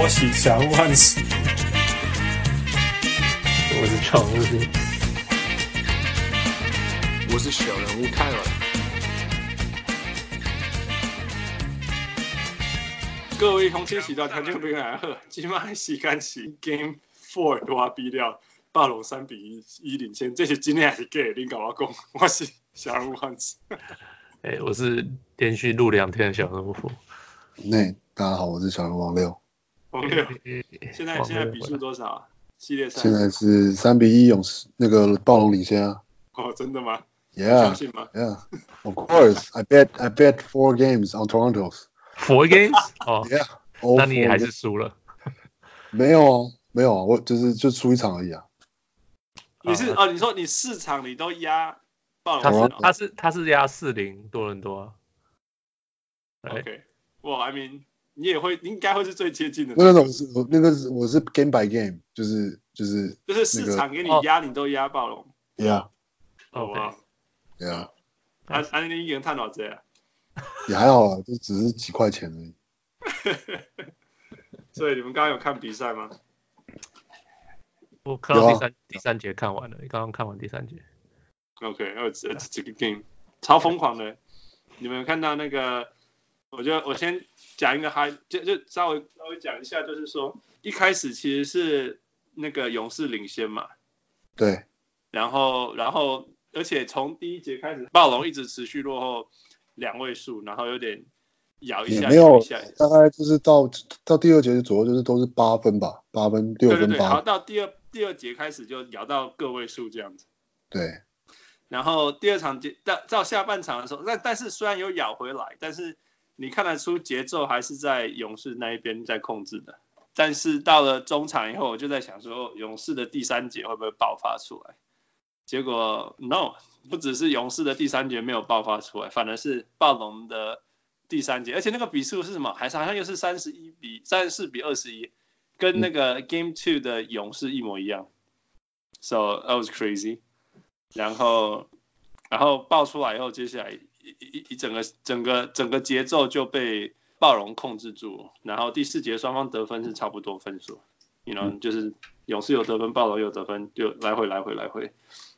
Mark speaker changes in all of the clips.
Speaker 1: 我喜祥万喜，
Speaker 2: 我是常务兵，
Speaker 3: 我是小人物泰尔。
Speaker 1: 各位乡亲时代听众朋友好，今晚时间是 Game Four 大比了，霸龙三比一一领先，这是真的还是假的？你跟我讲，我是祥人物万喜。
Speaker 2: 哎、我是连续录两天的小人物，
Speaker 4: 那大家好，我是小人王六，
Speaker 1: 王六， 现
Speaker 2: 哦
Speaker 1: 在现在比数多少啊？系列赛
Speaker 4: 现在是三比一勇士那个暴龙领先啊
Speaker 1: 哦，真的吗？相
Speaker 4: ，Yeah
Speaker 1: 信吗？
Speaker 4: Yeah of course I bet I bet four games on Toronto
Speaker 2: four games 哦，
Speaker 4: Yeah，all
Speaker 2: 那你
Speaker 4: four
Speaker 2: 还是
Speaker 4: games
Speaker 2: 输了。
Speaker 4: 没有啊没有啊，我就是就输一场而已啊，
Speaker 1: 你是
Speaker 2: 啊
Speaker 1: 哦？你说你四场你都压霸
Speaker 2: 他
Speaker 1: 龙
Speaker 2: 是
Speaker 1: 哦
Speaker 2: 他是他是压四零多伦多啊，对
Speaker 1: 哦？OK，哇，I mean，你也会，你应该会是最接近的，
Speaker 4: 那那种是我那个是我是 game by game，就是就是
Speaker 1: 就是四场给你压，你都压爆龙。
Speaker 4: Yeah
Speaker 1: 好
Speaker 2: 哦
Speaker 1: 不
Speaker 2: OK
Speaker 1: 哦好？
Speaker 4: Yeah
Speaker 1: 安安利一个人探讨啊这样，
Speaker 4: 也还好啊，就只是几块钱而已，
Speaker 1: 所以你们刚刚有看比赛吗？
Speaker 2: 我看到
Speaker 4: 有啊
Speaker 2: 第三第三节看完了，刚刚看完第三节，
Speaker 1: OK，呃，这这个 game 超疯狂的，你们有看到那个？我就我先讲一个 high，就就稍微稍微讲一下，就是说一开始其实是那个勇士领先嘛，
Speaker 4: 对
Speaker 1: 然后然后而且从第一节开始，暴龙一直持续落后两位数，然后有点咬一
Speaker 4: 也
Speaker 1: 下
Speaker 4: 没
Speaker 1: 咬
Speaker 4: 有
Speaker 1: 一下，
Speaker 4: 大概就是到到第二节左右就是都是八分吧，八分六
Speaker 1: 对对
Speaker 4: 分
Speaker 1: 对，然后
Speaker 4: 八
Speaker 1: 到第二第二节开始就咬到个位数这样子。
Speaker 4: 对
Speaker 1: 然后第二场节到到下半场的时候，但但是虽然有咬回来，但是你看得出节奏还是在勇士那一边在控制的。但是到了中场以后，我就在想说，勇士的第三节会不会爆发出来？结果 no，不只是勇士的第三节没有爆发出来，反而是暴龙的第三节，而且那个比数是什么？还是好像又是三十一比三十四比二十一，跟那个 Game Two 的勇士一模一样。So that was crazy. 然后然后爆出来以后，接下来一一一一整个整个整个节奏就被暴龙控制住，然后第四节双方得分是差不多分数，你 you know, 就是勇士有得分，暴龙有得分，就来回来回来回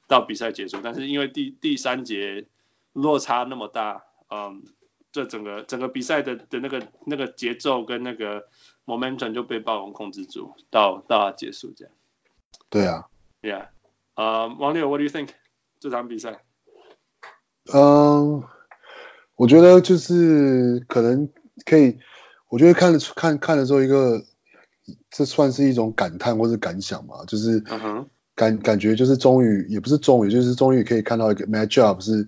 Speaker 1: 到比赛结束，但是因为第第三节落差那么大，嗯。这整个整个比赛的的那个那个节奏跟那个 momentum 就被暴龙控制住，到到结束这样。
Speaker 4: 对啊，
Speaker 1: Yeah，呃、王六，What do you think 这场比赛？
Speaker 4: 嗯，我觉得就是可能可以，我觉得看得出看看的时候，一个这算是一种感叹或是感想嘛，就是
Speaker 1: 嗯哼，
Speaker 4: 感感觉就是终于也不是终于，就是终于可以看到一个 match up 是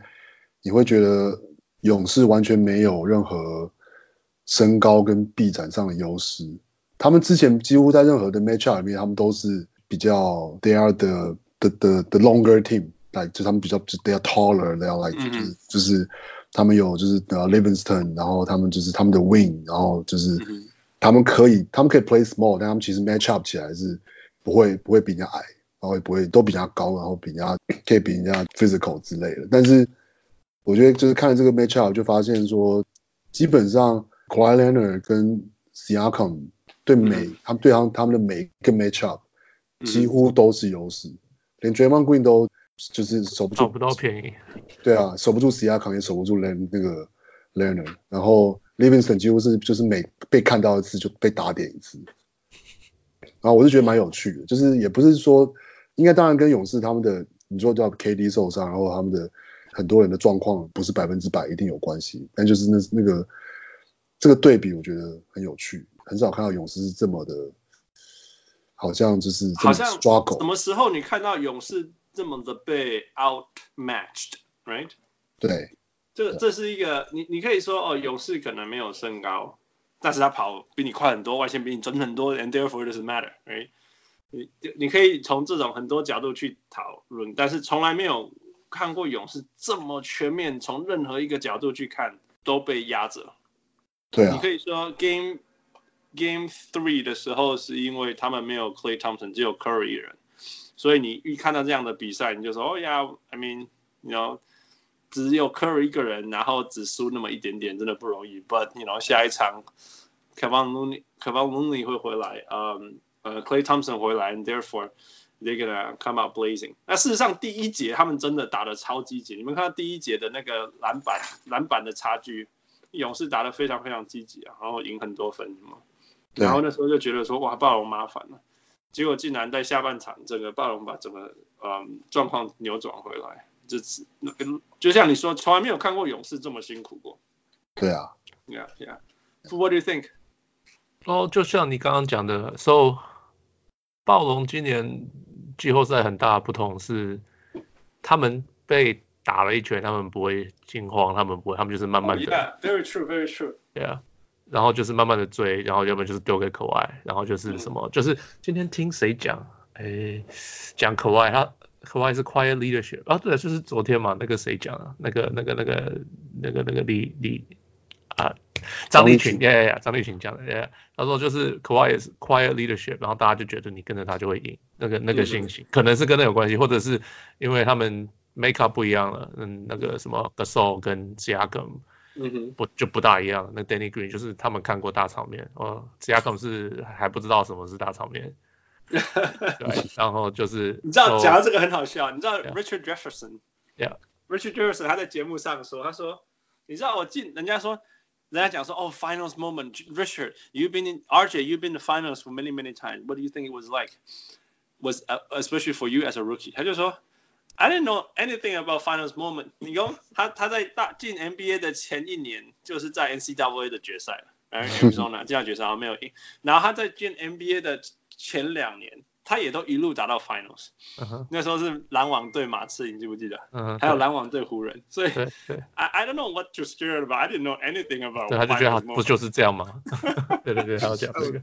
Speaker 4: 你会觉得勇士完全没有任何身高跟臂展上的优势，他们之前几乎在任何的 match up 里面，他们都是比较 they are the the the the longer team，like 就他们比较就 they are taller，they are like
Speaker 1: 嗯
Speaker 4: 就
Speaker 1: 哼
Speaker 4: 是就是他们有就是呃 Livingston，然后他们就是他们的 wing，然后就是。
Speaker 1: 嗯哼，
Speaker 4: 他们可以，他们可以 play small，但他们其实 match up 起来是不会不会比人家矮，然后也不会都比人家高，然后比人家可以比人家 physical 之类的。但是我觉得就是看了这个 match up 就发现说，基本上 k a w i Leonard 跟 Siakam 对每、
Speaker 1: 嗯
Speaker 4: 他们对他们他们的每一个 match up
Speaker 1: 嗯
Speaker 4: 几乎都是优势，连 Draymond Green 都就是守不住
Speaker 2: 找
Speaker 1: 哦
Speaker 2: 哦不到便宜。
Speaker 4: 对啊，守不住史亚康，也守不住 Len 那个 Leonard，然后 Livingston 几乎是就是每被看到一次就被打点一次，然后我是觉得蛮有趣的，就是也不是说应该当然跟勇士他们的你说叫 KD 受伤，然后他们的很多人的状况不是百分之百一定有关系，但就是那那个这个对比我觉得很有趣，很少看到勇士是这么的，好像就是这
Speaker 1: 好
Speaker 4: 么
Speaker 1: 像
Speaker 4: 抓狗
Speaker 1: 什，么时候你看到勇士这么的被 outmatched，right？
Speaker 4: 对
Speaker 1: 这这是一个，你你可以说哦，勇士可能没有身高，但是他跑比你快很多，外线比你准很多，and therefore it doesn't matter，right？你你可以从这种很多角度去讨论，但是从来没有看过勇士这么全面，从任何一个角度去看都被压着。
Speaker 4: 对
Speaker 1: 你
Speaker 4: 啊
Speaker 1: 可以说 Game Game Three 的时候，是因为他们没有 Clay Thompson，只有 Curry 一人，所以你一看到这样的比赛，你就说哦呀、i mean，你 you know，只有 Curry 一个人，然后只输那么一点点，真的不容易。But you know，下一场 Kevin Looney Kevon Looney 会回来，嗯呃 Clay Thompson 回来，and therefore they're gonna come out blazing。那事实上第一节他们真的打得超积极，你们看到第一节的那个篮板篮板的差距，勇士打得非常非常积极啊，然后赢很多分嘛。
Speaker 4: 对
Speaker 1: 然后那时候就觉得说哇暴龙麻烦了，结果竟然在下半场整个暴龙把整个嗯状况扭转回来，就只那个就像你说从来没有看过勇士这么辛苦过
Speaker 4: 对啊，
Speaker 1: ，Yeah Yeah。So what do you think？
Speaker 2: 然后哦就像你刚刚讲的，so 暴龙今年季后赛很大的不同是，他们被打了一拳，他们不会惊慌，他们不会，他们就是慢慢的
Speaker 1: 哦 Yeah, very true, very true.
Speaker 2: 对啊，然后就是慢慢的追，然后要不然就是丢给口外，然后就是什么，就是今天听谁讲，哎，讲口外，他口外是 quiet leadership 啊，对了，就是昨天嘛，那个谁讲啊，那个那个那个那个那个李李啊，张立群，
Speaker 4: 张立群
Speaker 2: 哎呀呀，张立群讲的，哎呀，他说就是 quiet quiet leadership，然后大家就觉得你跟着他就会赢，那个那个
Speaker 1: 对对
Speaker 2: 信心，可能是跟那有关系，或者是因为他们 make up 不一样了，嗯，那个什么 Gasol 跟 j a g u m
Speaker 1: 嗯哼，
Speaker 2: 不就不大一样。那 Danny Green 就是他们看过大场面，哦，只要可能是还不知道什么是大场面，对，然后就是
Speaker 1: 你知道
Speaker 2: so-
Speaker 1: 讲到这个很好笑，你知道
Speaker 2: Yeah.
Speaker 1: Richard Jefferson。
Speaker 2: Yeah.
Speaker 1: Richard Jefferson 他在节目上说，他说，你知道我进，人家说，人家讲说，哦、f i n a l s moment，Richard you've been in RJ you've been in the finals for many many times. What do you think it was like? Was、especially uh, for you as a rookie？他就说，I didn't know anything about finals moment。你用他他在大进 NBA 的前一年就是在 NCAA 的决赛了，然 后 Arizona 这样决赛好像没有赢，然后他在进 NBA 的前两年，他也都一路打到 finals。
Speaker 2: 嗯哼
Speaker 1: 那时候是篮网对马刺，你记不记得？
Speaker 2: 嗯哼，
Speaker 1: 还有篮网对湖人，所以
Speaker 2: 对对
Speaker 1: I I don't know what to scared about. I didn't know anything about.
Speaker 2: 对，他就觉得他
Speaker 1: finals moment.
Speaker 2: 不 就是这样吗？对对对，他要讲这个，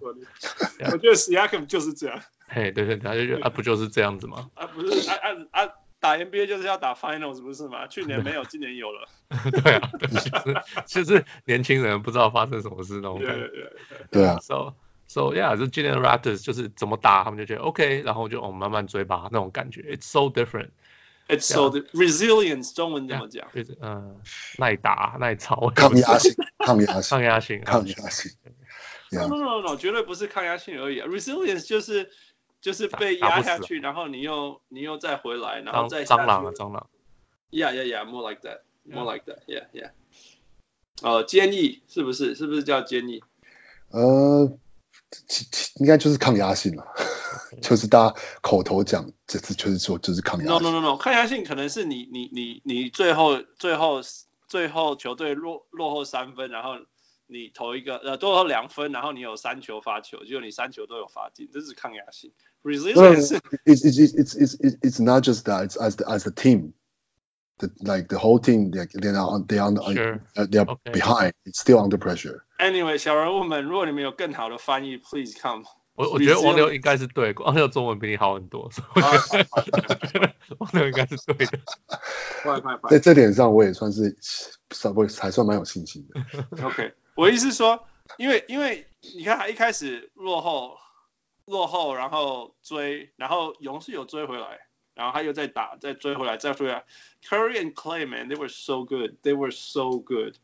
Speaker 2: Yeah.
Speaker 1: 我觉得 Siakam 就是这样，
Speaker 2: 嘿，对对，他就觉得啊，不就是这样子吗？
Speaker 1: 啊不是啊啊啊，打 NBA 就是要打 Finals 不是吗？去年没有，今年有了。
Speaker 2: 对啊，对， 就是就是年轻人不知道发生什么事那种
Speaker 1: 对
Speaker 2: 感觉
Speaker 1: 对。对，
Speaker 4: 对啊，
Speaker 2: So so yeah，就今年的 Raptors 就是怎么打他们就觉得 OK，然后就我们、慢慢追吧那种感觉，It's so different。
Speaker 1: It's so the resilience 中文怎么讲？
Speaker 2: 就是嗯，耐打耐操，
Speaker 4: 抗压性，抗压性，
Speaker 2: 抗压性，啊
Speaker 4: 抗压性。对
Speaker 1: No
Speaker 4: 啊
Speaker 1: no no no，绝对不是抗压性而已啊，resilience 就是就是被
Speaker 2: 打
Speaker 1: 压
Speaker 2: 不死
Speaker 1: 下
Speaker 2: 啊
Speaker 1: 去，然后你又你又再回来，然后
Speaker 2: 蟑
Speaker 1: 再下
Speaker 2: 蟑螂啊
Speaker 1: 去
Speaker 2: 蟑螂，
Speaker 1: Yeah, yeah, yeah. More like that. More
Speaker 2: Yeah.
Speaker 1: like that. Yeah, yeah. 呃，坚毅是不是？是不是叫坚毅？
Speaker 4: 呃，其其应该就是抗压性了，就是大家口头讲，这次就是说就是抗压
Speaker 1: No
Speaker 4: 性。
Speaker 1: no no no，抗压性可能是你你你你最后最后最后球队落落后三分，然后你投一个呃落后两分，然后你有三球发球，结果你三球都有罚进，这是抗压性。Resilience 是
Speaker 4: It's it's it's it's it's it's not just that. It's as the as the team, the like the whole team. Like they're on they're on
Speaker 1: 哎
Speaker 2: Sure.
Speaker 4: uh, they're
Speaker 2: Okay.
Speaker 4: behind. It's still under pressure.
Speaker 1: anyway，小人物们，如果你们有更好的翻译，please come。
Speaker 2: 我我
Speaker 1: 你
Speaker 2: 觉得
Speaker 1: 是
Speaker 2: 王
Speaker 1: 用
Speaker 2: 六应该是对， 王六中文比你好很多，所以我
Speaker 1: 啊
Speaker 2: 觉得 王六应该是对 的。
Speaker 1: 快快快
Speaker 4: 在这点上，我也算是稍微还算蛮有信心的。
Speaker 1: OK，我意思是说，因为因为你看他一开始落后，落后，然后追，然后勇士有追回来，然后他又再打，再追回来，再追回来。Curry and Clay man，they were so good，they were so good。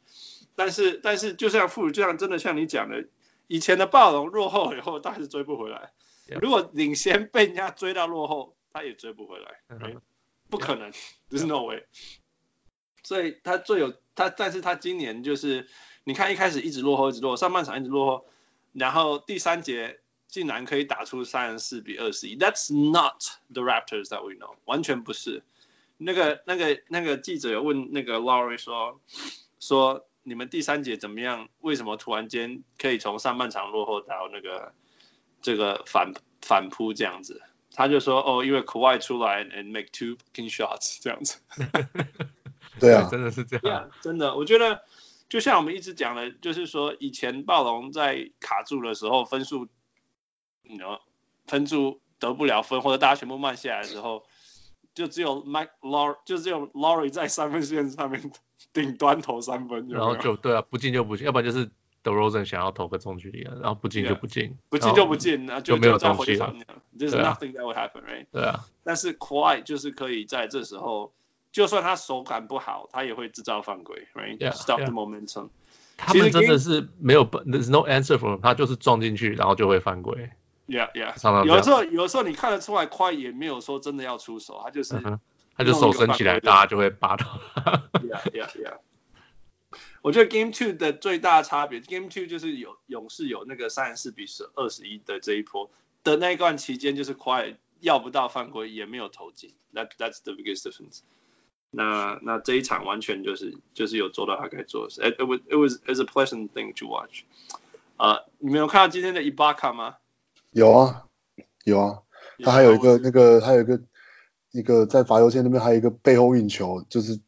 Speaker 1: 但是但是就像傅，就像真的像你讲的，以前的暴龙落后以后，他还是追不回来。
Speaker 2: Yeah.
Speaker 1: 如果领先被人家追到落后，他也追不回来。
Speaker 2: 嗯
Speaker 1: 不可能，there's no way。所以他最有他，但是他今年就是，你看一开始一直落后，一直落后，上半场一直落后，然后第三节竟然可以打出三十四比二十一，That's not the Raptors that we know，完全不是。那个那个那个记者有问那个 Laurie 说说你们第三节怎么样？为什么突然间可以从上半场落后到那个这个反反扑这样子？他就说哦，因为 Kawhi 出来 and make two king shots 这样子。
Speaker 4: 对啊，
Speaker 2: 真的是这
Speaker 1: 对
Speaker 2: 样。
Speaker 1: 啊， 真的，我觉得就像我们一直讲的，就是说以前暴龙在卡住的时候，分数，你知道，分数得不了分，或者大家全部慢下来的时候，就只有 Mike Law，就只有 Laurie 在三分线上面顶端投三分，有
Speaker 2: 然
Speaker 1: 没
Speaker 2: 后
Speaker 1: 有
Speaker 2: 就对啊，不进就不进，要不然就是 d e r o z e n 想要投个中距离啊，然后不进就不进，
Speaker 1: 不进就不。进，那
Speaker 2: 就没有
Speaker 1: 再
Speaker 2: 东
Speaker 1: 回
Speaker 2: 西
Speaker 1: 场
Speaker 2: 了
Speaker 1: 这样，There's
Speaker 2: 对啊
Speaker 1: nothing that will happen, right？
Speaker 2: 对啊，
Speaker 1: 但是 Kawhi 就是可以在这时候，就算他手感不好，他也会制造犯规，right？
Speaker 2: Yeah,
Speaker 1: Stop
Speaker 2: yeah.
Speaker 1: the momentum。
Speaker 2: 他们真的
Speaker 1: 其
Speaker 2: 是没有办，there's no answer for，them，他就是撞进去，然后就会犯规。
Speaker 1: Yeah, yeah。
Speaker 2: 常常这
Speaker 1: 有
Speaker 2: 样
Speaker 1: 的时候，有的时候你看得出来，快也没有说真的要出手，他就是
Speaker 2: 嗯哼他就手伸起来，
Speaker 1: 弄一个犯规的
Speaker 2: 大家就会扒到他。
Speaker 1: yeah, yeah, yeah。我 觉得 Game Two 的最大差别，Game Two 就是有勇士有那个三十四比十二十一的这一波的那一段期间，就是 Quiet 要不到犯规，也没有投进。That that's the biggest difference。那那这一场完全就是就是有做到他该做的事。It, it was it was is a pleasant thing to watch。啊、你们有看到今天的 Ibaka 吗？
Speaker 4: 有啊，有啊，他还有一个那个，还有一个一个在罚球线那边还有一个背后运球，就是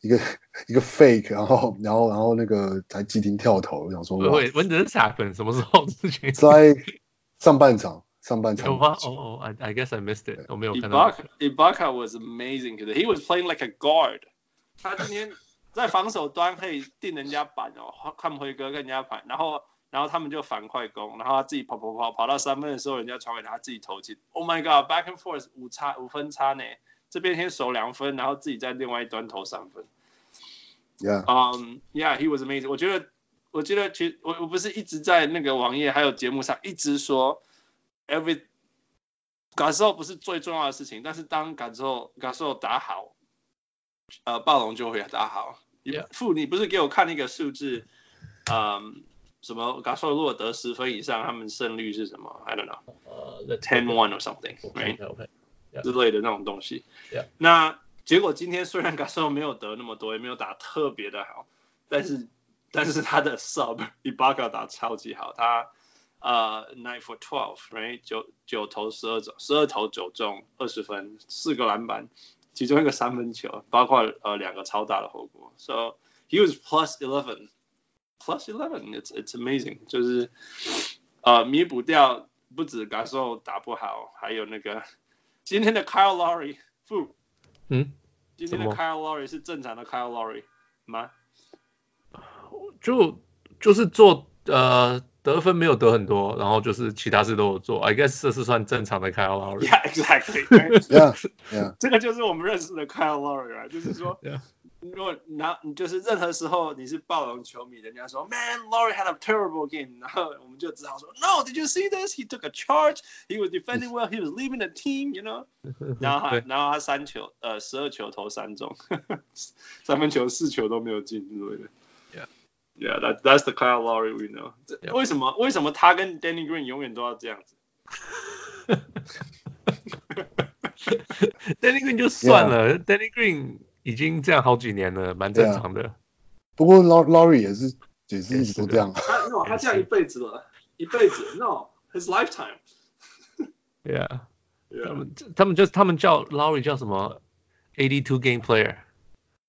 Speaker 4: 一个一个 fake，然后然后然后那个才急停跳投，我想说哇
Speaker 2: 会 When does this happen？什么时候的事情？
Speaker 4: 在上半场上半场
Speaker 2: 有吗？哦哦，I I guess I missed it，我没有看到。
Speaker 1: Ibaka Ibaka was amazing today. He was playing like a guard. 他今天在防守端可以定人家板哦，看辉哥跟人家板，然后然后他们就反快攻，然后他自己跑跑跑跑到三分的时候，人家传给他，他自己投进。Oh my god，back and forth 五差五分差呢，这边先守两分，然后自己在另外一端投三分。
Speaker 4: ，Yeah，
Speaker 1: 嗯、y e a h he was amazing. 我觉得，我觉得其实我我不是一直在那个网页还有节目上一直说，every 感受不是最重要的事情，但是当感受感受打好，呃，暴龙就会打好。
Speaker 2: Yeah.
Speaker 1: 傅，你不是给我看那个数字，嗯，什么感受如果得十分以上，他们胜率是什么？I don't know,
Speaker 2: 呃，Let's
Speaker 1: ten one or something, right?
Speaker 2: OK，
Speaker 1: 之类的那种东西。
Speaker 2: Yeah.
Speaker 1: 那结果今天虽然 g a s o 没有得那么多，也没有打特别的好，但是但是他的 sub Ibaka 打超级好，他呃 nine for twelve，right 九九投十二中，十二投九中，二十分，四个篮板，其中一个三分球，包括呃两个超大的火锅，so he was plus eleven。Plus eleven，it's it's amazing，就是呃弥补掉不止 g a s o 打不好，还有那个今天的 Kyle Lowry，不，
Speaker 2: 嗯，
Speaker 1: 今天的
Speaker 2: 什么
Speaker 1: Kyle Lowry 是正常的 Kyle Lowry 吗？
Speaker 2: 就就是做呃得分没有得很多，然后就是其他事都有做。I guess 这是算正常的 Kyle Lowry。
Speaker 1: Yeah, exactly. right?
Speaker 4: 对啊，对啊，
Speaker 1: 这个就是我们认识的 Kyle Lowry 啊，就是说
Speaker 2: Yeah.，
Speaker 1: 如果拿就是任何时候你是暴龙球迷，人家说 Man Lowry had a terrible game，然 后我们就只好说 No, did you see this? He took a charge. He was defending well. He was leaving the team. You know. 然后他
Speaker 2: 对
Speaker 1: 然后他三球呃十二球投三中， 三分球四球都没有进之类的。
Speaker 2: Yeah.
Speaker 1: Yeah, that that's the Kyle Lowry we know. 这
Speaker 2: Yeah.
Speaker 1: 为什么为什么他跟 Danny Green 永远都要这样子？
Speaker 2: Danny Green 就算了，Danny Green 已经这样好几年了，蛮正常的。
Speaker 4: 不过 Law Laurie 也是也是一直都这
Speaker 2: 啊
Speaker 4: 样，
Speaker 1: 他 no，他这样一辈子了，一辈子 no，his lifetime。
Speaker 2: Yeah，他
Speaker 1: Yeah.
Speaker 2: 们他们就他们叫 Lowry 叫什么 eighty two game player，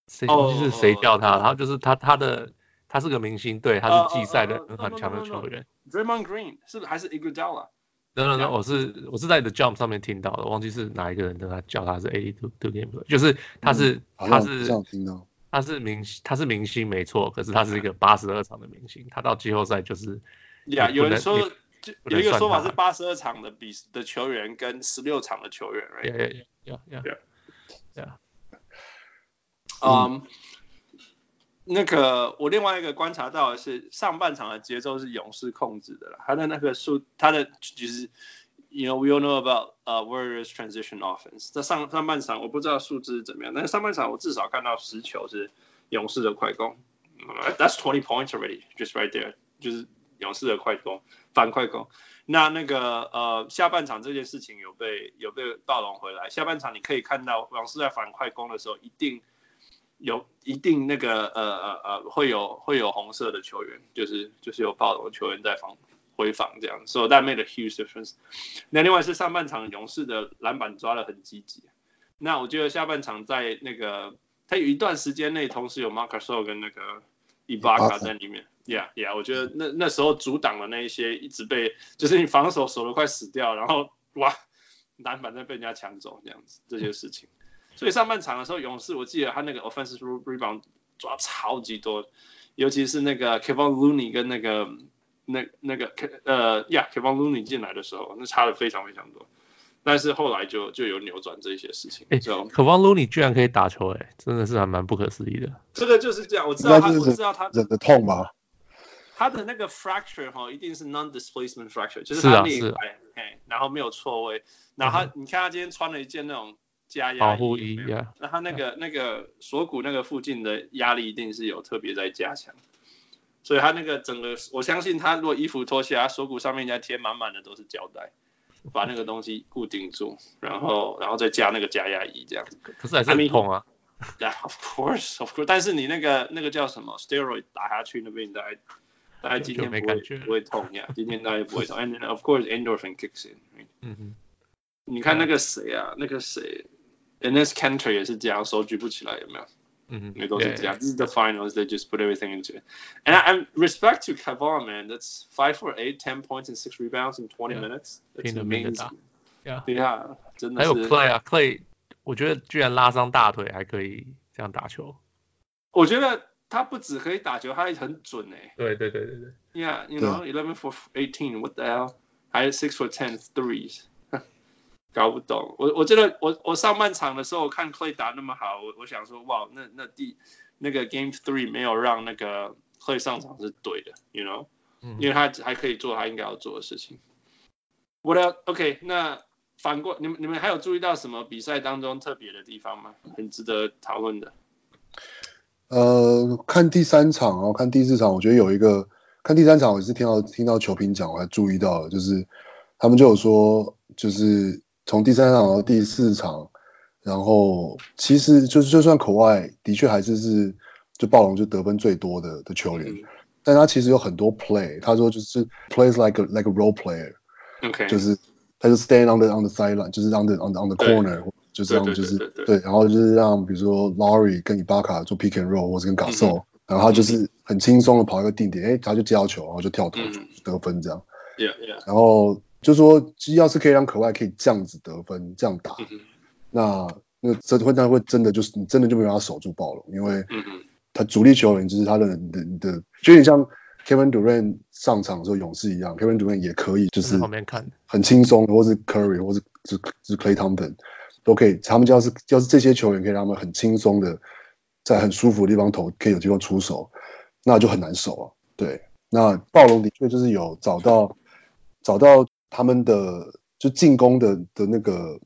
Speaker 2: 谁
Speaker 1: 哦
Speaker 2: 就是谁叫他，他就是他他的他是个明星，对，他
Speaker 1: 哦
Speaker 2: 是季赛的
Speaker 1: 哦哦
Speaker 2: 很强的
Speaker 1: no, no, no, no.
Speaker 2: 球员。
Speaker 1: Draymond Green 是不是还是 Iguodala？
Speaker 2: 等等
Speaker 1: Yeah.
Speaker 2: 等，我是我是在 The Jump 上面听到的，忘记是哪一个人跟他叫他是 A Two Two Game Player，就是他是、
Speaker 4: 好
Speaker 2: 他
Speaker 4: 像这
Speaker 2: 是
Speaker 4: 样听到，
Speaker 2: 他是明星他是明星没错，可是他是一个八十二场的明星，他到季后赛就是
Speaker 1: 呀，
Speaker 2: 你不
Speaker 1: 有人
Speaker 2: 能
Speaker 1: 说就
Speaker 2: 不
Speaker 1: 有
Speaker 2: 能
Speaker 1: 一个
Speaker 2: 算
Speaker 1: 说法
Speaker 2: 他
Speaker 1: 是八十二场的比的球员跟十六场的球员，right？
Speaker 2: 呀呀呀呀
Speaker 1: Yeah.
Speaker 4: 嗯
Speaker 1: 嗯，那个我另外一个观察到的是，上半场的节奏是勇士控制的啦，他的那个数，他的就是，you know we all know about 呃、Warriors transition offense，在上上半场我不知道数字是怎么样，但是上半场我至少看到十球是勇士的快攻、嗯 that's twenty points already just right there，就是勇士的快攻反快攻。那那个呃，下半场这件事情有被有被暴龙回来。下半场你可以看到，勇士在反快攻的时候，一定有一定那个呃呃呃，会有会有红色的球员，就是就是有暴龙球员在防回防这样。So that made a huge difference。那另外是上半场勇士的篮板抓的很积极。那我觉得下半场在那个他有一段时间内同时有 Marcus 跟那个 Ibaka
Speaker 4: Ibaka
Speaker 1: 在里面。Yeah, yeah，我觉得那那时候阻挡了那一些一直被就是你防守守的快死掉，然后哇，篮板再被人家抢走这样子这些事情。所以上半场的时候，勇士我记得他那个 offensive rebound 抓超级多，尤其是那个 Kevin Looney 跟那个那那个呃呀 Kevin Looney 进来的时候，那差的非常非常多。但是后来就就有扭转这一些事情，
Speaker 2: 哎
Speaker 1: 就
Speaker 2: 可望 Looney 居然欸可以打球、哎，真的是还蛮不可思议的。
Speaker 1: 这个就是这样。我知道他，
Speaker 4: 那就是
Speaker 1: 我知道他
Speaker 4: 忍着痛吧，
Speaker 1: 他的那个 fracture 哈，一定是 non-displacement fracture，就是
Speaker 2: 是啊
Speaker 1: 他另一
Speaker 2: 是啊嗯
Speaker 1: 排，哎，然后没有错位，然后他、你看他今天穿了一件那种加压
Speaker 2: 保护衣
Speaker 1: 有没有
Speaker 2: 呀。
Speaker 1: 那他那个那个锁骨那个附近的压力一定是有特别在加强，所以他那个整个，我相信他如果衣服脱下来，他锁骨上面应该贴满满的都是胶带，把那个东西固定住，然后然后再加那个加压衣这样子。
Speaker 2: 可是还是很痛啊。
Speaker 1: Yeah, of course, of course。但是你那个那个叫什么 steroid 打下去那边，大概大概今天
Speaker 2: 就没
Speaker 1: 不
Speaker 2: 感
Speaker 1: 会
Speaker 2: 觉
Speaker 1: 不会痛呀，今天大概不会痛。And then, of course endorphin kicks in. right?
Speaker 2: 嗯哼，
Speaker 1: 你看那个谁啊，那个谁，Enes Kanter 也是这样，手举不起来，有没有？
Speaker 2: 嗯
Speaker 1: 也
Speaker 2: 哼，
Speaker 1: 都是这
Speaker 2: yeah,
Speaker 1: 样。This is the finals. They just put everything into it. And I, I'm respect to Cavar, man. That's five for eight, ten points and six rebounds in twenty
Speaker 2: Yeah.
Speaker 1: minutes. That's
Speaker 2: 拼了命地
Speaker 1: amazing.
Speaker 2: 打 yeah.
Speaker 1: Yeah，真的
Speaker 2: 还有
Speaker 1: 是
Speaker 2: Clay 啊，Clay，我觉得居然拉伤大腿还可以这样打球。
Speaker 1: 我觉得他不只可以打球，他也很准哎、
Speaker 2: 对对对对对，
Speaker 1: Yeah, you know, eleven for eighteen. What the hell? 还有 six for ten threes. 搞不懂。我我觉得我我上半场的时候，我看 Clay 打那么好，我我想说，哇，那那第那个 Game Three 没有让那个 Clay 上场是对的，you know，
Speaker 2: 嗯
Speaker 1: 因为他还可以做他应该要做的事情。我的 OK，那反过你们你们还有注意到什么比赛当中特别的地方吗？很值得讨论的。
Speaker 4: 呃，看第三场，然后看第四场，我觉得有一个看第三场，我是听到听到球评讲，我还注意到了，就是他们就有说，就是从第三场到第四场，然后其实就是就算口外的确还是是就暴龙就得分最多的的球
Speaker 1: 嗯
Speaker 4: 员，但他其实有很多 play，他说就是 plays like a like a role player，
Speaker 1: OK，
Speaker 4: 就是他就 stand on the on the sideline，就是 on the on the on the
Speaker 1: 对
Speaker 4: corner，就是
Speaker 1: 对
Speaker 4: 他们
Speaker 1: 对
Speaker 4: 就是
Speaker 1: 对对
Speaker 4: 然后就是让比如说 Laurie 跟 Ibaka 做 pick and roll，或者
Speaker 1: 嗯
Speaker 4: 跟 g a s o 然后他就是很轻松的跑一个定点，哎，他就接到球，然后就跳投
Speaker 1: 嗯
Speaker 4: 就得分这样。
Speaker 1: Yeah Yeah，
Speaker 4: 然后就说，要是可以让可外可以这样子得分，这样打
Speaker 1: 嗯，哼
Speaker 4: 那那真会那会真的就是你真的就没有办法守住暴龙，因为
Speaker 1: 嗯哼
Speaker 4: 他主力球员就是他的你的你的，就有点像 Kevin Durant 上场的时候勇士一样，Kevin Durant 也可以就
Speaker 2: 就是
Speaker 1: 嗯
Speaker 4: 是
Speaker 1: 哦
Speaker 2: 旁边看。
Speaker 4: 很轻松，或是 Curry，或是是是 Clay Thompson 都可以。他们要是要是这些球员可以让他们很轻松的在很舒服的地方投，可以有地方出手，那就很难守啊。对，那暴龙的确就是有找到找到他们的就进攻的的那个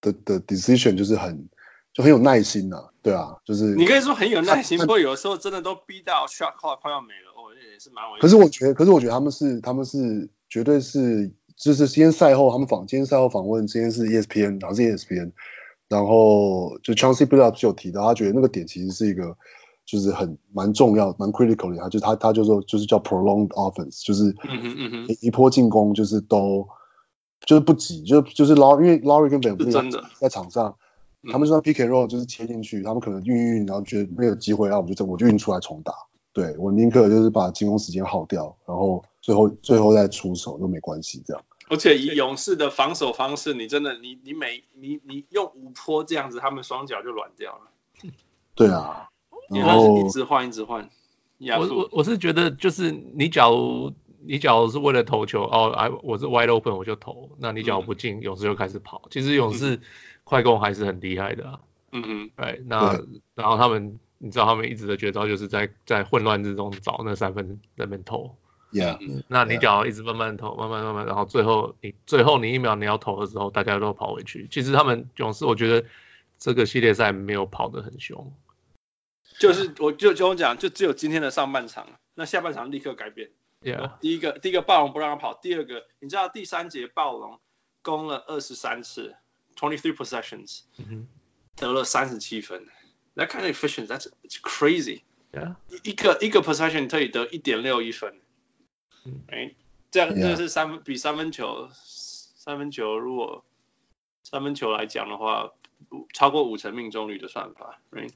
Speaker 4: 的的 decision，就是很就很有耐心呐、啊。对啊，就是
Speaker 1: 你可以说很有耐心，
Speaker 4: 他
Speaker 1: 不过有时候真的都逼到 shot clock 快要没了，哦，也是蛮危险。
Speaker 4: 可是我觉得，可是我觉得他们是他们是绝对是，就是今天赛后他们访今天赛后访问，今天是 E ESPN，然后是 ESPN，然后就 Chauncey b i l l 就有提到，他觉得那个点其实是一个就是很蛮重要、蛮 critical 的，他就他他就说就是叫 prolonged offense，就是
Speaker 1: 嗯哼嗯哼，
Speaker 4: 一一波进攻就是都就是不急，就就是劳因为 Laurie 跟 Ben
Speaker 1: 是真的
Speaker 4: 在场上。
Speaker 1: 嗯
Speaker 4: 他们就算 pick and roll 就是切进去，他们可能运运，然后觉得没有机会，然后我就我就运出来重打。对我宁可就是把进攻时间耗掉，然后最后最后再出手都没关系，这样。
Speaker 1: 而且以勇士的防守方式，你真的你你每你你用五坡这样子，他们双脚就软掉了，
Speaker 4: 对啊，
Speaker 1: 因为
Speaker 4: 然
Speaker 1: 他是一
Speaker 4: 后
Speaker 1: 直换一直换。亚
Speaker 2: 我我
Speaker 1: 父，
Speaker 2: 我是觉得就是你假如你假如是为了投球哦，哎我是 wide open 我就投，那你假如不进，勇士就开始跑。其实勇士快攻还是很厉害的啊。
Speaker 1: 嗯哼，
Speaker 2: 对，那
Speaker 4: 对
Speaker 2: 然后他们你知道他们一直的绝招就是在在混乱之中找那三分在那边投。
Speaker 4: ，Yeah，
Speaker 2: 那你只要一直慢慢投，慢慢慢慢，然后最后你最后你一秒你要投的时候，大家都跑回去。其实他们勇士，我觉得这个系列赛没有跑得很凶。
Speaker 1: 就是我就就我讲，就只有今天的上半场，那下半场立刻改变。
Speaker 2: Yeah，
Speaker 1: 第一个，第一个暴龙不让他跑，第二个，你知道第三节暴龙攻了二十三次，twenty three possessions，
Speaker 2: 嗯
Speaker 1: 得了三十七分，that kind of efficient, that's it's crazy。
Speaker 2: 哼，Yeah，
Speaker 1: 一个一个 possession 可以得一点六一分
Speaker 2: 嗯，
Speaker 1: 哎、这样这
Speaker 4: Yeah.
Speaker 1: 是三分比三分球，三分球如果三分球来讲的话，五超过五成命中率的算法，right？It's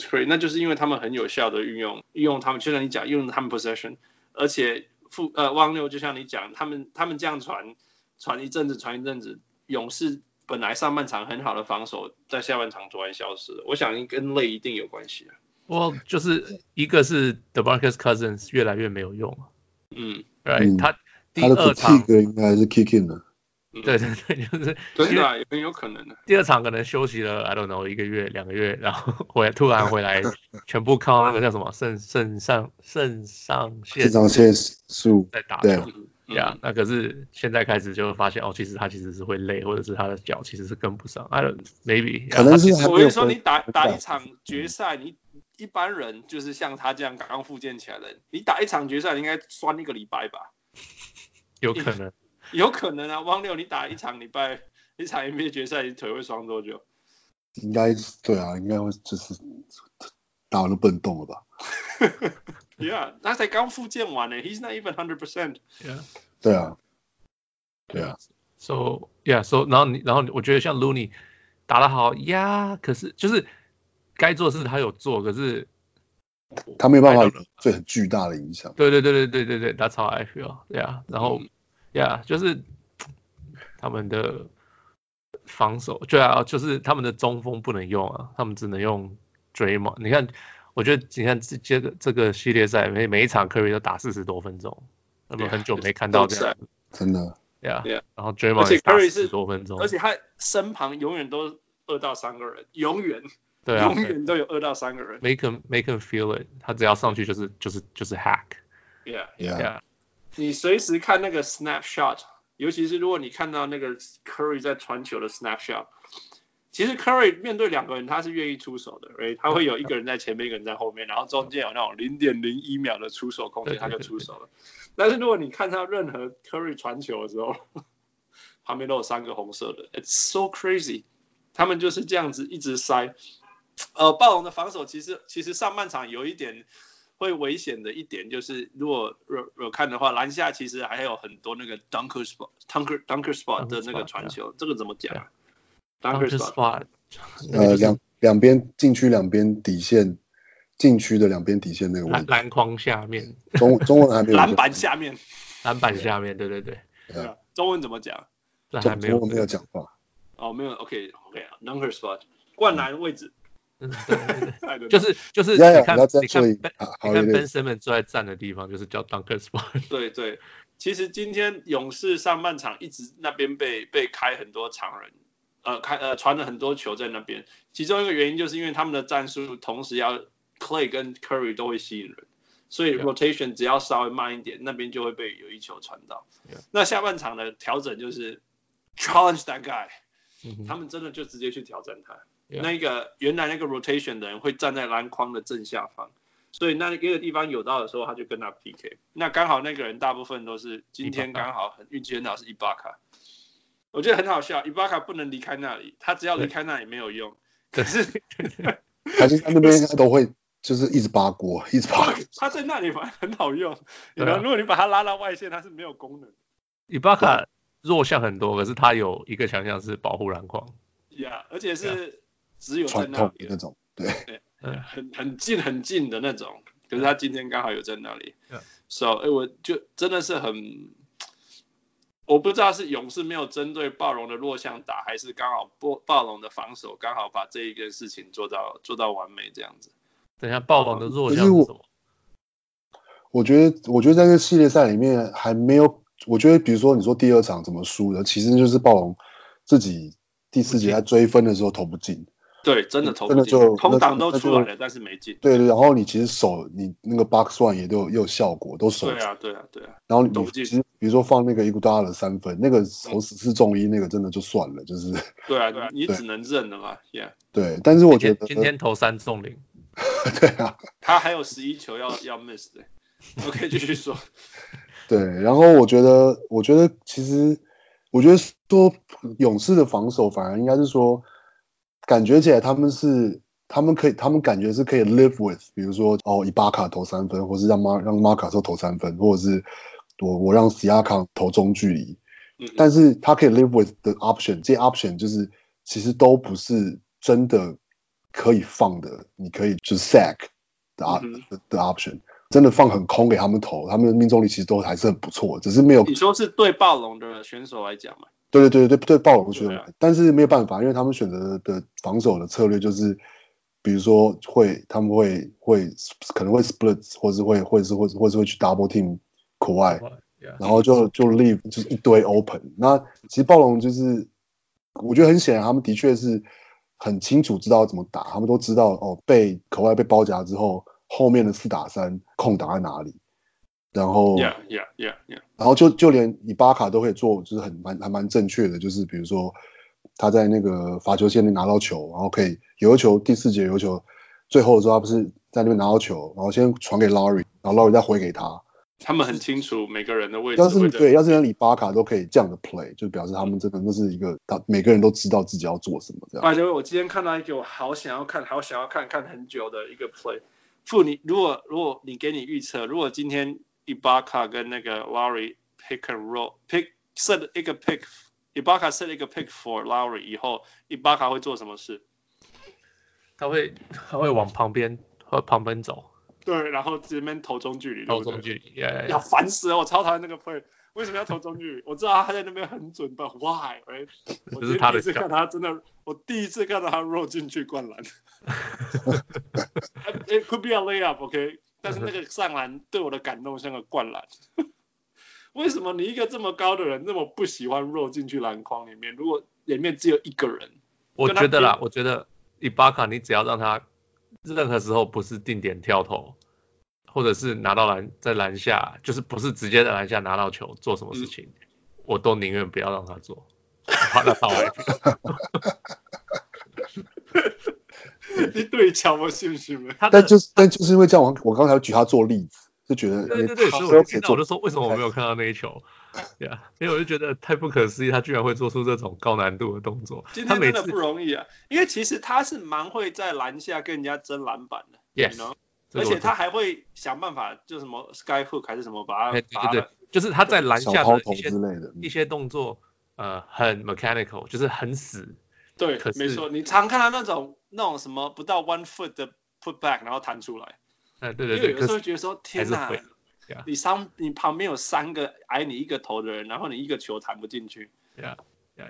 Speaker 1: crazy，那就是因为他们很有效的运用运用他们，就像你讲，用他们 possession，而且负呃汪六就像你讲，他们他们这样传传一阵子，传一阵子，勇士本来上半场很好的防守，在下半场突然消失了，我想跟累一定有关系啊，
Speaker 2: 我就是一个是 DeMarcus Cousins 越来越没有用
Speaker 1: 嗯。
Speaker 2: ，Right？、
Speaker 4: 嗯
Speaker 2: 他第
Speaker 4: 他的
Speaker 2: 二场
Speaker 4: fatigue 应该是 kick in 了。
Speaker 2: 对对对，就是
Speaker 1: 真的啊也很有可能的、
Speaker 2: 第二场可能休息了，I don't know 一个月、两个月，然后回突然回 来，全部靠那个叫什么肾肾上肾上腺
Speaker 4: 肾上腺素
Speaker 2: 在打球
Speaker 4: 对。
Speaker 1: 嗯
Speaker 2: 呀、那可是现在开始就发现哦，其实他其实是会累，或者是他的脚其实是跟不上。I don't maybe
Speaker 4: 可能是还
Speaker 1: 我跟
Speaker 4: 没有
Speaker 1: 你说，你
Speaker 4: 回
Speaker 1: 打
Speaker 4: 回嗯
Speaker 1: 打
Speaker 4: 到
Speaker 1: 一场决赛，你一般人就是像他这样刚刚复健起来的人，你打一场决赛，你应该酸一个礼拜吧？
Speaker 2: 有可能
Speaker 1: 有可能啊，汪六，你打一场礼拜，一场 NBA 决赛，你腿会酸多久？
Speaker 4: 应该是对啊，应该会就是打完都不能动了吧？
Speaker 1: Yeah，他才刚复健完呢，He's not even hundred percent。
Speaker 2: ，yeah
Speaker 4: 对啊，对啊，
Speaker 2: So yeah so 然后你然后我觉得像 Looney 打得好呀可是就是该做的事他有做，可是
Speaker 4: 他没有办
Speaker 2: I
Speaker 4: 法
Speaker 2: don't know
Speaker 4: 对很巨大的影响。
Speaker 2: 对对对对对对对，That's how I feel。Yeah，然
Speaker 1: 嗯
Speaker 2: 后、Yeah，就是他们的防守，对啊，就是他们的中锋不能用啊，他们只能用 Draymond。你看，我觉得你看这这个这个系列赛每每一场 Curry 都打四十多分钟，那么
Speaker 1: Yeah，
Speaker 2: 很久没看
Speaker 1: 都
Speaker 2: 到这样子。
Speaker 4: 真的，
Speaker 2: Yeah，,
Speaker 1: Yeah
Speaker 2: 然后
Speaker 1: 而
Speaker 2: Draymond
Speaker 1: 且
Speaker 2: 也打
Speaker 1: Curry
Speaker 2: 四
Speaker 1: 是
Speaker 2: 十多分钟，
Speaker 1: 而且他身旁永远都二到三个人，永远、
Speaker 2: 对啊
Speaker 1: 永远都有二到三个人。
Speaker 2: ，Make him make him feel it，他只要上去就是就是就是 hack。
Speaker 1: Yeah，
Speaker 4: yeah，
Speaker 2: Yeah，
Speaker 1: 你随时看那个 snapshot，尤其是如果你看到那个 Curry 在传球的 snapshot，其实 Curry 面对两个人他是愿意出手的，right？他会有一个人在前面，一个人在后面，然后中间有那种零点零一秒的出手空间，
Speaker 2: 对
Speaker 1: 他就出手了。但是如果你看到任何 Curry 传球的时候， 旁边都有三个红色的，It's so crazy。他们就是这样子一直塞。呃，暴龙的防守其实其实上半场有一点会危险的一点就是，如果有有看的话，篮下其实还有很多那个 dunker spot、dunker dunker spot
Speaker 2: Dunker
Speaker 1: 的那个
Speaker 2: spot，
Speaker 1: 传球，这个怎么讲啊
Speaker 2: Dunker
Speaker 1: ？dunker spot
Speaker 2: spot，
Speaker 4: 呃，两两边禁区两边底线，禁区的两边底线那个位
Speaker 2: 篮
Speaker 4: 置，
Speaker 2: 篮筐下面，
Speaker 4: 中中文 还没有
Speaker 1: 篮板下面，
Speaker 2: 篮板下面，对对对，
Speaker 4: 对啊
Speaker 1: 中文怎么讲？
Speaker 2: 那还
Speaker 4: 中
Speaker 2: 没
Speaker 4: 中
Speaker 2: 有
Speaker 4: 文没有讲话，
Speaker 1: 哦，没有，OK OK dunker spot 灌篮位置，
Speaker 2: 嗯对对对
Speaker 1: I don't know
Speaker 2: 就是就是
Speaker 4: 呀呀
Speaker 2: 你看
Speaker 4: 你要这样
Speaker 2: 你看
Speaker 4: 所以
Speaker 2: Ben
Speaker 4: 好
Speaker 2: 你
Speaker 4: 好有
Speaker 2: 看
Speaker 4: 点
Speaker 2: Ben Simmons 最爱站的地方就是叫 Dunker spot，
Speaker 1: 对对，其实今天勇士上半场一直那边被被开很多常人，呃开呃传了很多球在那边，其中一个原因就是因为他们的战术同时要 Clay 跟 Curry 都会吸引人，所以
Speaker 2: Yeah.
Speaker 1: rotation 只要稍微慢一点，那边就会被有一球传到。
Speaker 2: Yeah.
Speaker 1: 那下半场的调整就是 challenge that guy。
Speaker 2: 嗯
Speaker 1: 他
Speaker 2: 哼
Speaker 1: 们真的就直接去挑战他。
Speaker 2: Yeah.
Speaker 1: 那个原来那个 rotation 的人会站在篮筐的正下方，所以那一个地方有到的时候，他就跟他 PK。那刚好那个人大部分都是今天
Speaker 2: Ibaka
Speaker 1: 刚好很运气很好是伊巴卡，我觉得很好笑，伊巴卡不能离开那里，他只要离开那里没 有用。可是
Speaker 4: 他就在那边应该都会就是一直扒锅，一直 扒锅。
Speaker 1: 他在那里反而很好用，
Speaker 2: 对啊
Speaker 1: 然后如果你把他拉到外线，他是没有功能的。
Speaker 2: ，Ibaka 弱项很多，可是他有一个强项是保护篮筐，
Speaker 1: 呀，而且是只有在
Speaker 4: 传
Speaker 1: 那
Speaker 4: 统
Speaker 1: 里而
Speaker 4: 的
Speaker 1: 已
Speaker 4: 那种，对，
Speaker 1: 很很近很近的那种，可是他今天刚好有在那里
Speaker 2: Yeah.
Speaker 1: ，so 哎，我就真的是很，我不知道是勇士没有针对暴龙的弱项打，还是刚好暴暴龙的防守刚好把这一个事情做到做到完美这样子。
Speaker 2: 等一下暴龙的弱
Speaker 4: 可
Speaker 2: 项
Speaker 4: 是
Speaker 2: 是
Speaker 4: 我
Speaker 2: 什么？
Speaker 4: 我觉得，我觉得在这系列赛里面还没有，我觉得比如说你说第二场怎么输的，其实就是暴龙自己第四节在追分的时候投不进，
Speaker 1: 对，真的投不
Speaker 4: 嗯真的
Speaker 1: 进
Speaker 4: 就，
Speaker 1: 空档
Speaker 4: 那
Speaker 1: 都
Speaker 4: 那就
Speaker 1: 出来了，但是没进。
Speaker 4: 对对，然后你其实守你那个 box one 也都有也有效果，都守
Speaker 1: 对
Speaker 4: 住，
Speaker 1: 啊，对啊，对啊，
Speaker 4: 然后你
Speaker 1: 投不进
Speaker 4: 其实比如说放那个伊古达尔的三分，那
Speaker 2: 嗯
Speaker 4: 个投十次中一那个真的就算了，就是
Speaker 1: 对啊，对啊，你
Speaker 4: 对
Speaker 1: 只能认了嘛，Yeah，
Speaker 4: 对，但是我
Speaker 2: 今
Speaker 4: 觉得
Speaker 2: 天今天投三中零，
Speaker 4: 对啊，
Speaker 1: 他还有十一球要要 miss 的。OK，继续说。
Speaker 4: 对，然后我觉得，我觉得其实，我觉得说勇士的防守反而应该是说，感觉起来他们是，他们可以，他们感觉是可以 live with，比如说哦，伊巴卡投三分，或是让马让马卡说投三分，或者是我我让西亚康投中距离，
Speaker 1: 嗯嗯
Speaker 4: 但是他可以 live with 的 option，这些 option 就是其实都不是真的可以放的，你可以就是 sack 的 op-
Speaker 1: 嗯
Speaker 4: 的的 option，真的放很空给他们投，他们的命中率其实都还是很不错，只是没有
Speaker 1: 你说是对暴龙的选手来讲嘛？
Speaker 4: 对对对对对暴龙选
Speaker 1: 对
Speaker 4: 手
Speaker 1: 啊，
Speaker 4: 但是没有办法，因为他们选择的防守的策略就是。比如说会，他们会会可能会 split，或是会或是或是或是会去 double team 国外，
Speaker 2: Yeah
Speaker 4: 然后就就 leave 就是一堆 open。那其实暴龙就是，我觉得很显然他们的确是很清楚知道怎么打，他们都知道哦被口外被包夹之后，后面的四打三空档在哪里，然后
Speaker 1: Yeah, yeah, yeah, yeah.
Speaker 4: 然后就就连伊巴卡都可以做，就是很蛮还蛮正确的，就是比如说他在那个罚球线内拿到球，然后可以有一球第四节有一球，最后的时候他不是在那边拿到球，然后先传给 Larry，然后 Larry 再回给他。
Speaker 1: 他们很清楚每个人的位置
Speaker 4: 要是
Speaker 1: 会在。
Speaker 4: 对，要是连里巴卡都可以这样的 play，就表示他们真的那是一个他每个人都知道自己要做什么
Speaker 2: 啊
Speaker 4: 这样。
Speaker 1: By the way，我今天看到一个我好想要看、好想要看、看很久的一个 play。傅，你如果如果你给你预测，如果今天 Ibaka 跟那个 Lowry pick and roll，pick set 一个 pick，Ibaka set 一个 pick for Lowry 以后，Ibaka 会做什么事？
Speaker 2: 他会他会往旁边和旁边走，
Speaker 1: 对，然后这边投中距离，
Speaker 2: 然后
Speaker 1: 对不
Speaker 2: 中
Speaker 1: 对
Speaker 2: 距离，yeah, yeah,
Speaker 1: 呀，
Speaker 2: yeah，
Speaker 1: 烦死了！我超讨厌那个 play，为什么要投中距离？我知道他在那边很准，but why？right？我
Speaker 2: 这是他
Speaker 1: 第一
Speaker 2: 的
Speaker 1: 次看
Speaker 2: 想
Speaker 1: 他真的，我第一次看到他 roll 进去灌 篮。It could be a
Speaker 2: 嗯
Speaker 1: layup，OK？、但是那个上篮对我的感动像个灌篮。 为什么你一个这么高的人，那么不喜欢 roll 进去篮筐里面？如果里面只有一个 人，
Speaker 2: 我
Speaker 1: 跟他
Speaker 2: 觉得啦
Speaker 1: 拼，
Speaker 2: 我觉得伊巴卡你只要让他任何时候不是定点跳投，或者是拿到篮在篮下，就是不是直接在篮下拿到球做什么事情，我都宁愿不要让他 做，我怕他跑外面。
Speaker 1: 你对乔我信不信吗？
Speaker 2: 他的
Speaker 4: 但就是但就是因为这样，我我刚才举他做例子，就觉得哎
Speaker 2: 对对对，
Speaker 4: 他
Speaker 2: 所以
Speaker 4: 都
Speaker 2: 我就
Speaker 4: 可
Speaker 2: 听
Speaker 4: 以
Speaker 2: 到
Speaker 4: 做
Speaker 2: 我就说为什么我没有看到那一球，对啊，因为我就觉得太不可思议，他居然会做出这种高难度的动作。
Speaker 1: 今
Speaker 2: 他
Speaker 1: 天
Speaker 2: 每
Speaker 1: 真的
Speaker 2: 次
Speaker 1: 不容易啊，因为其实他是蛮会在篮下跟人家争篮板的
Speaker 2: yes，
Speaker 1: you know？
Speaker 2: 这
Speaker 1: 而
Speaker 2: 个
Speaker 1: 且
Speaker 2: 我
Speaker 1: 他还会想办法，就什么 sky hook 还是什么，把它
Speaker 2: 哎
Speaker 1: 把它
Speaker 2: 对对对，就是他在篮
Speaker 4: 小
Speaker 2: 下
Speaker 4: 抛
Speaker 2: 的
Speaker 4: 投
Speaker 2: 一些
Speaker 4: 之类的。
Speaker 2: 一些动作，呃，很 mechanical，就是很死。
Speaker 1: 对
Speaker 2: 可是
Speaker 1: 没错，你常看到那种那种什么不到 one foot 的 put back，然后弹出来，
Speaker 2: 哎，对对
Speaker 1: 因
Speaker 2: 对，
Speaker 1: 为有的时
Speaker 2: 可
Speaker 1: 候
Speaker 2: 是
Speaker 1: 觉得说天
Speaker 2: 还
Speaker 1: 哪
Speaker 2: 是会，yeah，
Speaker 1: 你三你旁边有三个矮你一个头的人，然后你一个球弹不进去，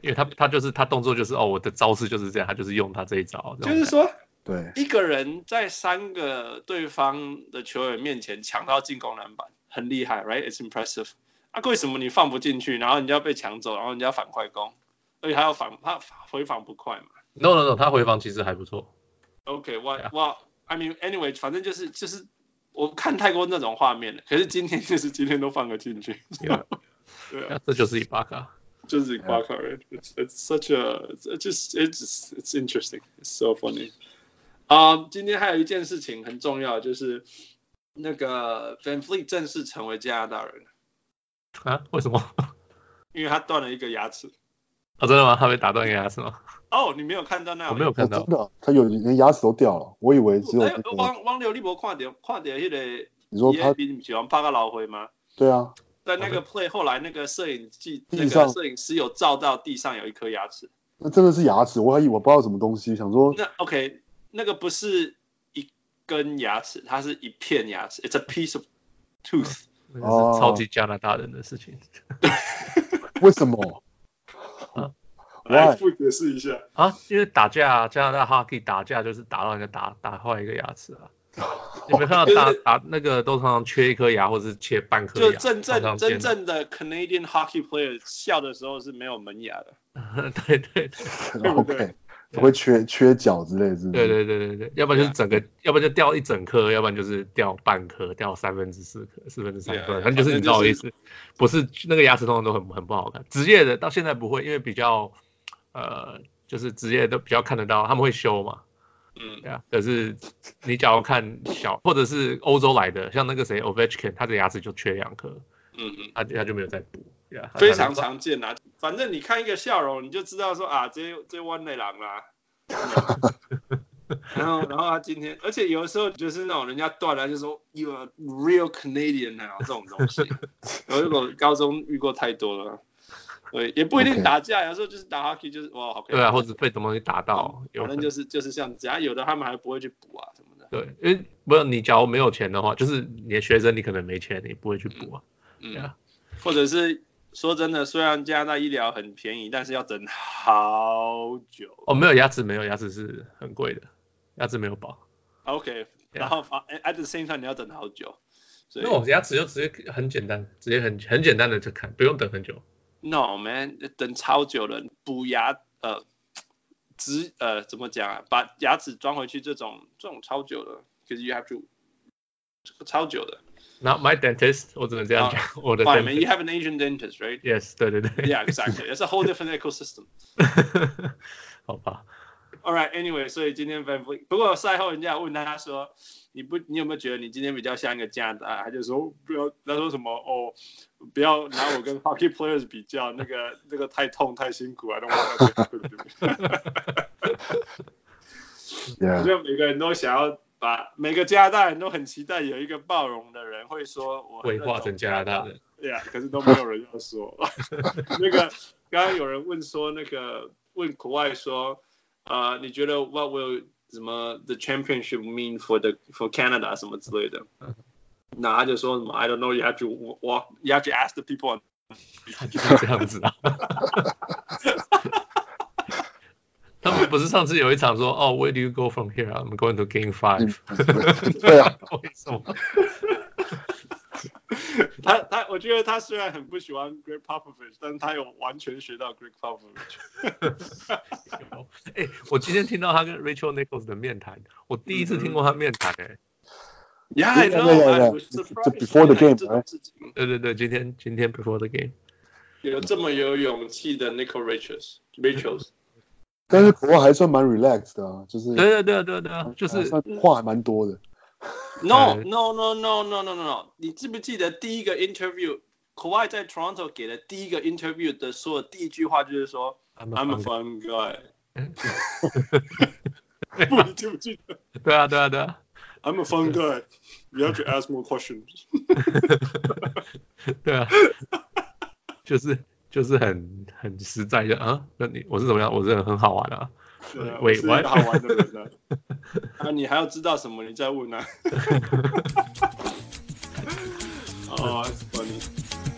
Speaker 2: 因为他他就是他动作就是哦，我的招式就是这样，他就是用他这一招。这
Speaker 1: 就
Speaker 2: 种
Speaker 1: 是说
Speaker 4: 对，
Speaker 1: 一个人在三个对方的球员面前抢到进攻篮板，很厉害，right？It's impressive。啊，为什么你放不进去，然后人家被抢走，然后人家反快攻，而且还要反他回防不快嘛
Speaker 2: no no no，他回防其实还不错。
Speaker 1: ？OK，哇
Speaker 4: 啊
Speaker 2: Yeah.
Speaker 1: 哇，I mean anyway，反正就是就是我看太多那种画面了，可是今天就是今天都放得进去，
Speaker 2: Yeah.
Speaker 1: 对啊，
Speaker 2: 那这就是伊巴卡。
Speaker 1: 就是
Speaker 4: 啊
Speaker 1: 挂靠人，it's it's such a it's just it's just- it's interesting, it's so funny。啊、今天还有一件事情很重要，就是那个 Van Fleet 正式成为加拿大人，
Speaker 2: 啊？为什么？啊、
Speaker 1: 因为他断了一个牙齿。
Speaker 2: 真的吗？他被打断给他是吗？
Speaker 1: 哦，你没有看到那？
Speaker 2: 我没有
Speaker 4: 我
Speaker 2: 看
Speaker 4: 真
Speaker 2: 到。
Speaker 4: 的，他有连牙齿都掉了，我以为只有
Speaker 1: 哎
Speaker 4: 那个。
Speaker 1: 汪汪刘立博看点看点那个，
Speaker 4: 你说
Speaker 1: 也
Speaker 4: 他
Speaker 1: 比你喜欢帕克老回吗？
Speaker 4: 对啊，
Speaker 1: 在那个 play 后来那个摄影记那
Speaker 4: 地
Speaker 1: 个
Speaker 4: 上
Speaker 1: 摄影师有嗯照到地上有一颗牙齿。
Speaker 4: 那真的是牙齿，我还以为我不知道什么东西，想 说
Speaker 1: 那 OK，那个不是一根牙齿，它是一片牙齿，It's a piece of tooth。
Speaker 2: 那个
Speaker 1: 哦
Speaker 2: 是超级加拿大人的事情。
Speaker 4: 为什么？
Speaker 1: 来
Speaker 4: Why？
Speaker 1: 复解释一下。
Speaker 2: 啊，因为打架、啊，加拿大哈可以打架，就是打到人家打打坏一个牙齿 啊。你没看到打打那个都常常缺一颗牙，或者是切半颗牙，
Speaker 1: 就真正
Speaker 2: 常常见
Speaker 1: 真正的 Canadian hockey player 笑的时候是没有门牙的。
Speaker 2: 对对
Speaker 1: 对不对
Speaker 4: OK，会缺缺角之类是
Speaker 1: 嗯
Speaker 4: 不是？
Speaker 2: 对对对对对，要不然就是
Speaker 1: 啊
Speaker 2: 整个，要不然就掉一整颗，要不然就是掉半颗，掉三分之四颗，四分之三颗，
Speaker 1: 对啊
Speaker 2: 反正就是你知道我意思，不是那个牙齿通常都很很不好看。职业的到现在不会，因为比较呃，就是职业都比较看得到，他们会修嘛，
Speaker 1: 嗯
Speaker 2: 对啊。可是你假如看小或者是欧洲来的，像那个谁 Ovechkin，他的牙齿就缺两颗，
Speaker 1: 嗯嗯，
Speaker 2: 他他就没有再补，对啊，他
Speaker 1: 非常
Speaker 2: 他
Speaker 1: 常见啊。反正你看一个笑容，你就知道说啊，这这弯内 狼啦。然后，然后他今天，而且有的时候就是那种人家断了就说 you are real Canadian 啊这种东 西，我如果高中遇过太多了，对，也不一定
Speaker 4: OK
Speaker 1: 打架，有时候就是打 hockey 就是哇好可以
Speaker 2: 对啊，或者被什么东西打到，有
Speaker 1: 反
Speaker 2: 可能。
Speaker 1: 正就是就是像这样，有的他们还不会去补啊什么的，
Speaker 2: 对，因为不是你假如没有钱的话，就是你的学生你可能没钱，你不会去补啊。对
Speaker 1: 嗯
Speaker 2: 啊，
Speaker 1: 或者是说真的，虽然加拿大医疗很便宜，但是要等好久。
Speaker 2: 哦，没有牙齿，没有牙齿是很贵的，牙齿没有保。
Speaker 1: OK，
Speaker 2: Yeah.
Speaker 1: 然后啊 at the same time 你要等好久，所以
Speaker 2: 那我牙齿就直接很简单，直接很很简单的就看，不用等很久。
Speaker 1: No man，等超久了，补牙呃，植呃怎么讲啊？把牙齿装回去这种这种超久了，可是 you have to 这个超久的。
Speaker 2: Not my dentist，我只能这样讲， 我的
Speaker 1: Fine man, you
Speaker 2: dentist。
Speaker 1: have an Asian dentist, right?
Speaker 2: Yes，对对对。
Speaker 1: Yeah, exactly. It's a whole different ecosystem.
Speaker 2: 好吧，
Speaker 1: All right, anyway，所以今天 Van Vliet，不过赛后人家问他说，你不你有没有觉得你今天比较像一个加拿大？他就说不要，他说什么哦，不要拿我跟 hockey players 比较，那个那个太痛太辛苦，I don't want to。
Speaker 4: Yeah，
Speaker 1: 就每个人都想要把每个加拿大人都很期待有一个包容的人会说我
Speaker 2: 规划成加拿大
Speaker 1: 人。
Speaker 2: 人。
Speaker 1: 对呀，可是都没有人要说。那个刚刚有人问说，那个问国外说，呃，你觉得 What will 什么 the championship mean for the for Canada 什么之类的？那他就说什么 I don't know, you have to walk, you have to ask the people.
Speaker 2: 他就是这样子啊。 他们不是上次有一场说，哦，Where do you go from here? I'm going to Game Five。
Speaker 4: 对啊，
Speaker 2: 为什么？
Speaker 1: 他他，我觉得他虽然很不喜欢 Greg Popovich，但他有完全学到 Greg Popovich。
Speaker 2: 哎、我今天听到他跟 Rachel Nichols 的面谈，我第一次听过他面谈、哎、
Speaker 1: Yeah, I
Speaker 4: Yeah,
Speaker 1: know.
Speaker 4: yeah,
Speaker 1: I
Speaker 4: yeah.
Speaker 1: was
Speaker 4: It's- it's
Speaker 1: surprised.
Speaker 4: before the game,
Speaker 1: 这种事情
Speaker 2: 对对对，今天今天 before the game，
Speaker 1: 有这么有勇气的 Nicole Richards，Richards，
Speaker 4: 但是国外还算蛮 relax 的啊，就是
Speaker 2: 对对对对对啊，就是
Speaker 4: 还算话还蛮多的。
Speaker 1: No
Speaker 2: 嗯
Speaker 1: no no no no no no no，你记不记得第一个 interview，国外在 Toronto 给的第一个 interview 的说的第一句话就是说
Speaker 2: I'm
Speaker 1: I'm
Speaker 2: a
Speaker 1: a fun guy，
Speaker 2: fan
Speaker 1: 不，你记不记得
Speaker 2: 对啊对啊对啊，
Speaker 1: I'm a fun guy，you have to ask more questions。
Speaker 2: 对啊，就是就是很很实在的啊，那你我是怎么样？我是很好玩的、啊，
Speaker 1: 对啊
Speaker 2: Wait,
Speaker 1: 我是一个
Speaker 2: what？
Speaker 1: 好玩的人啊，啊，你还要知道什么？你再问啊。哦、oh,，it's funny。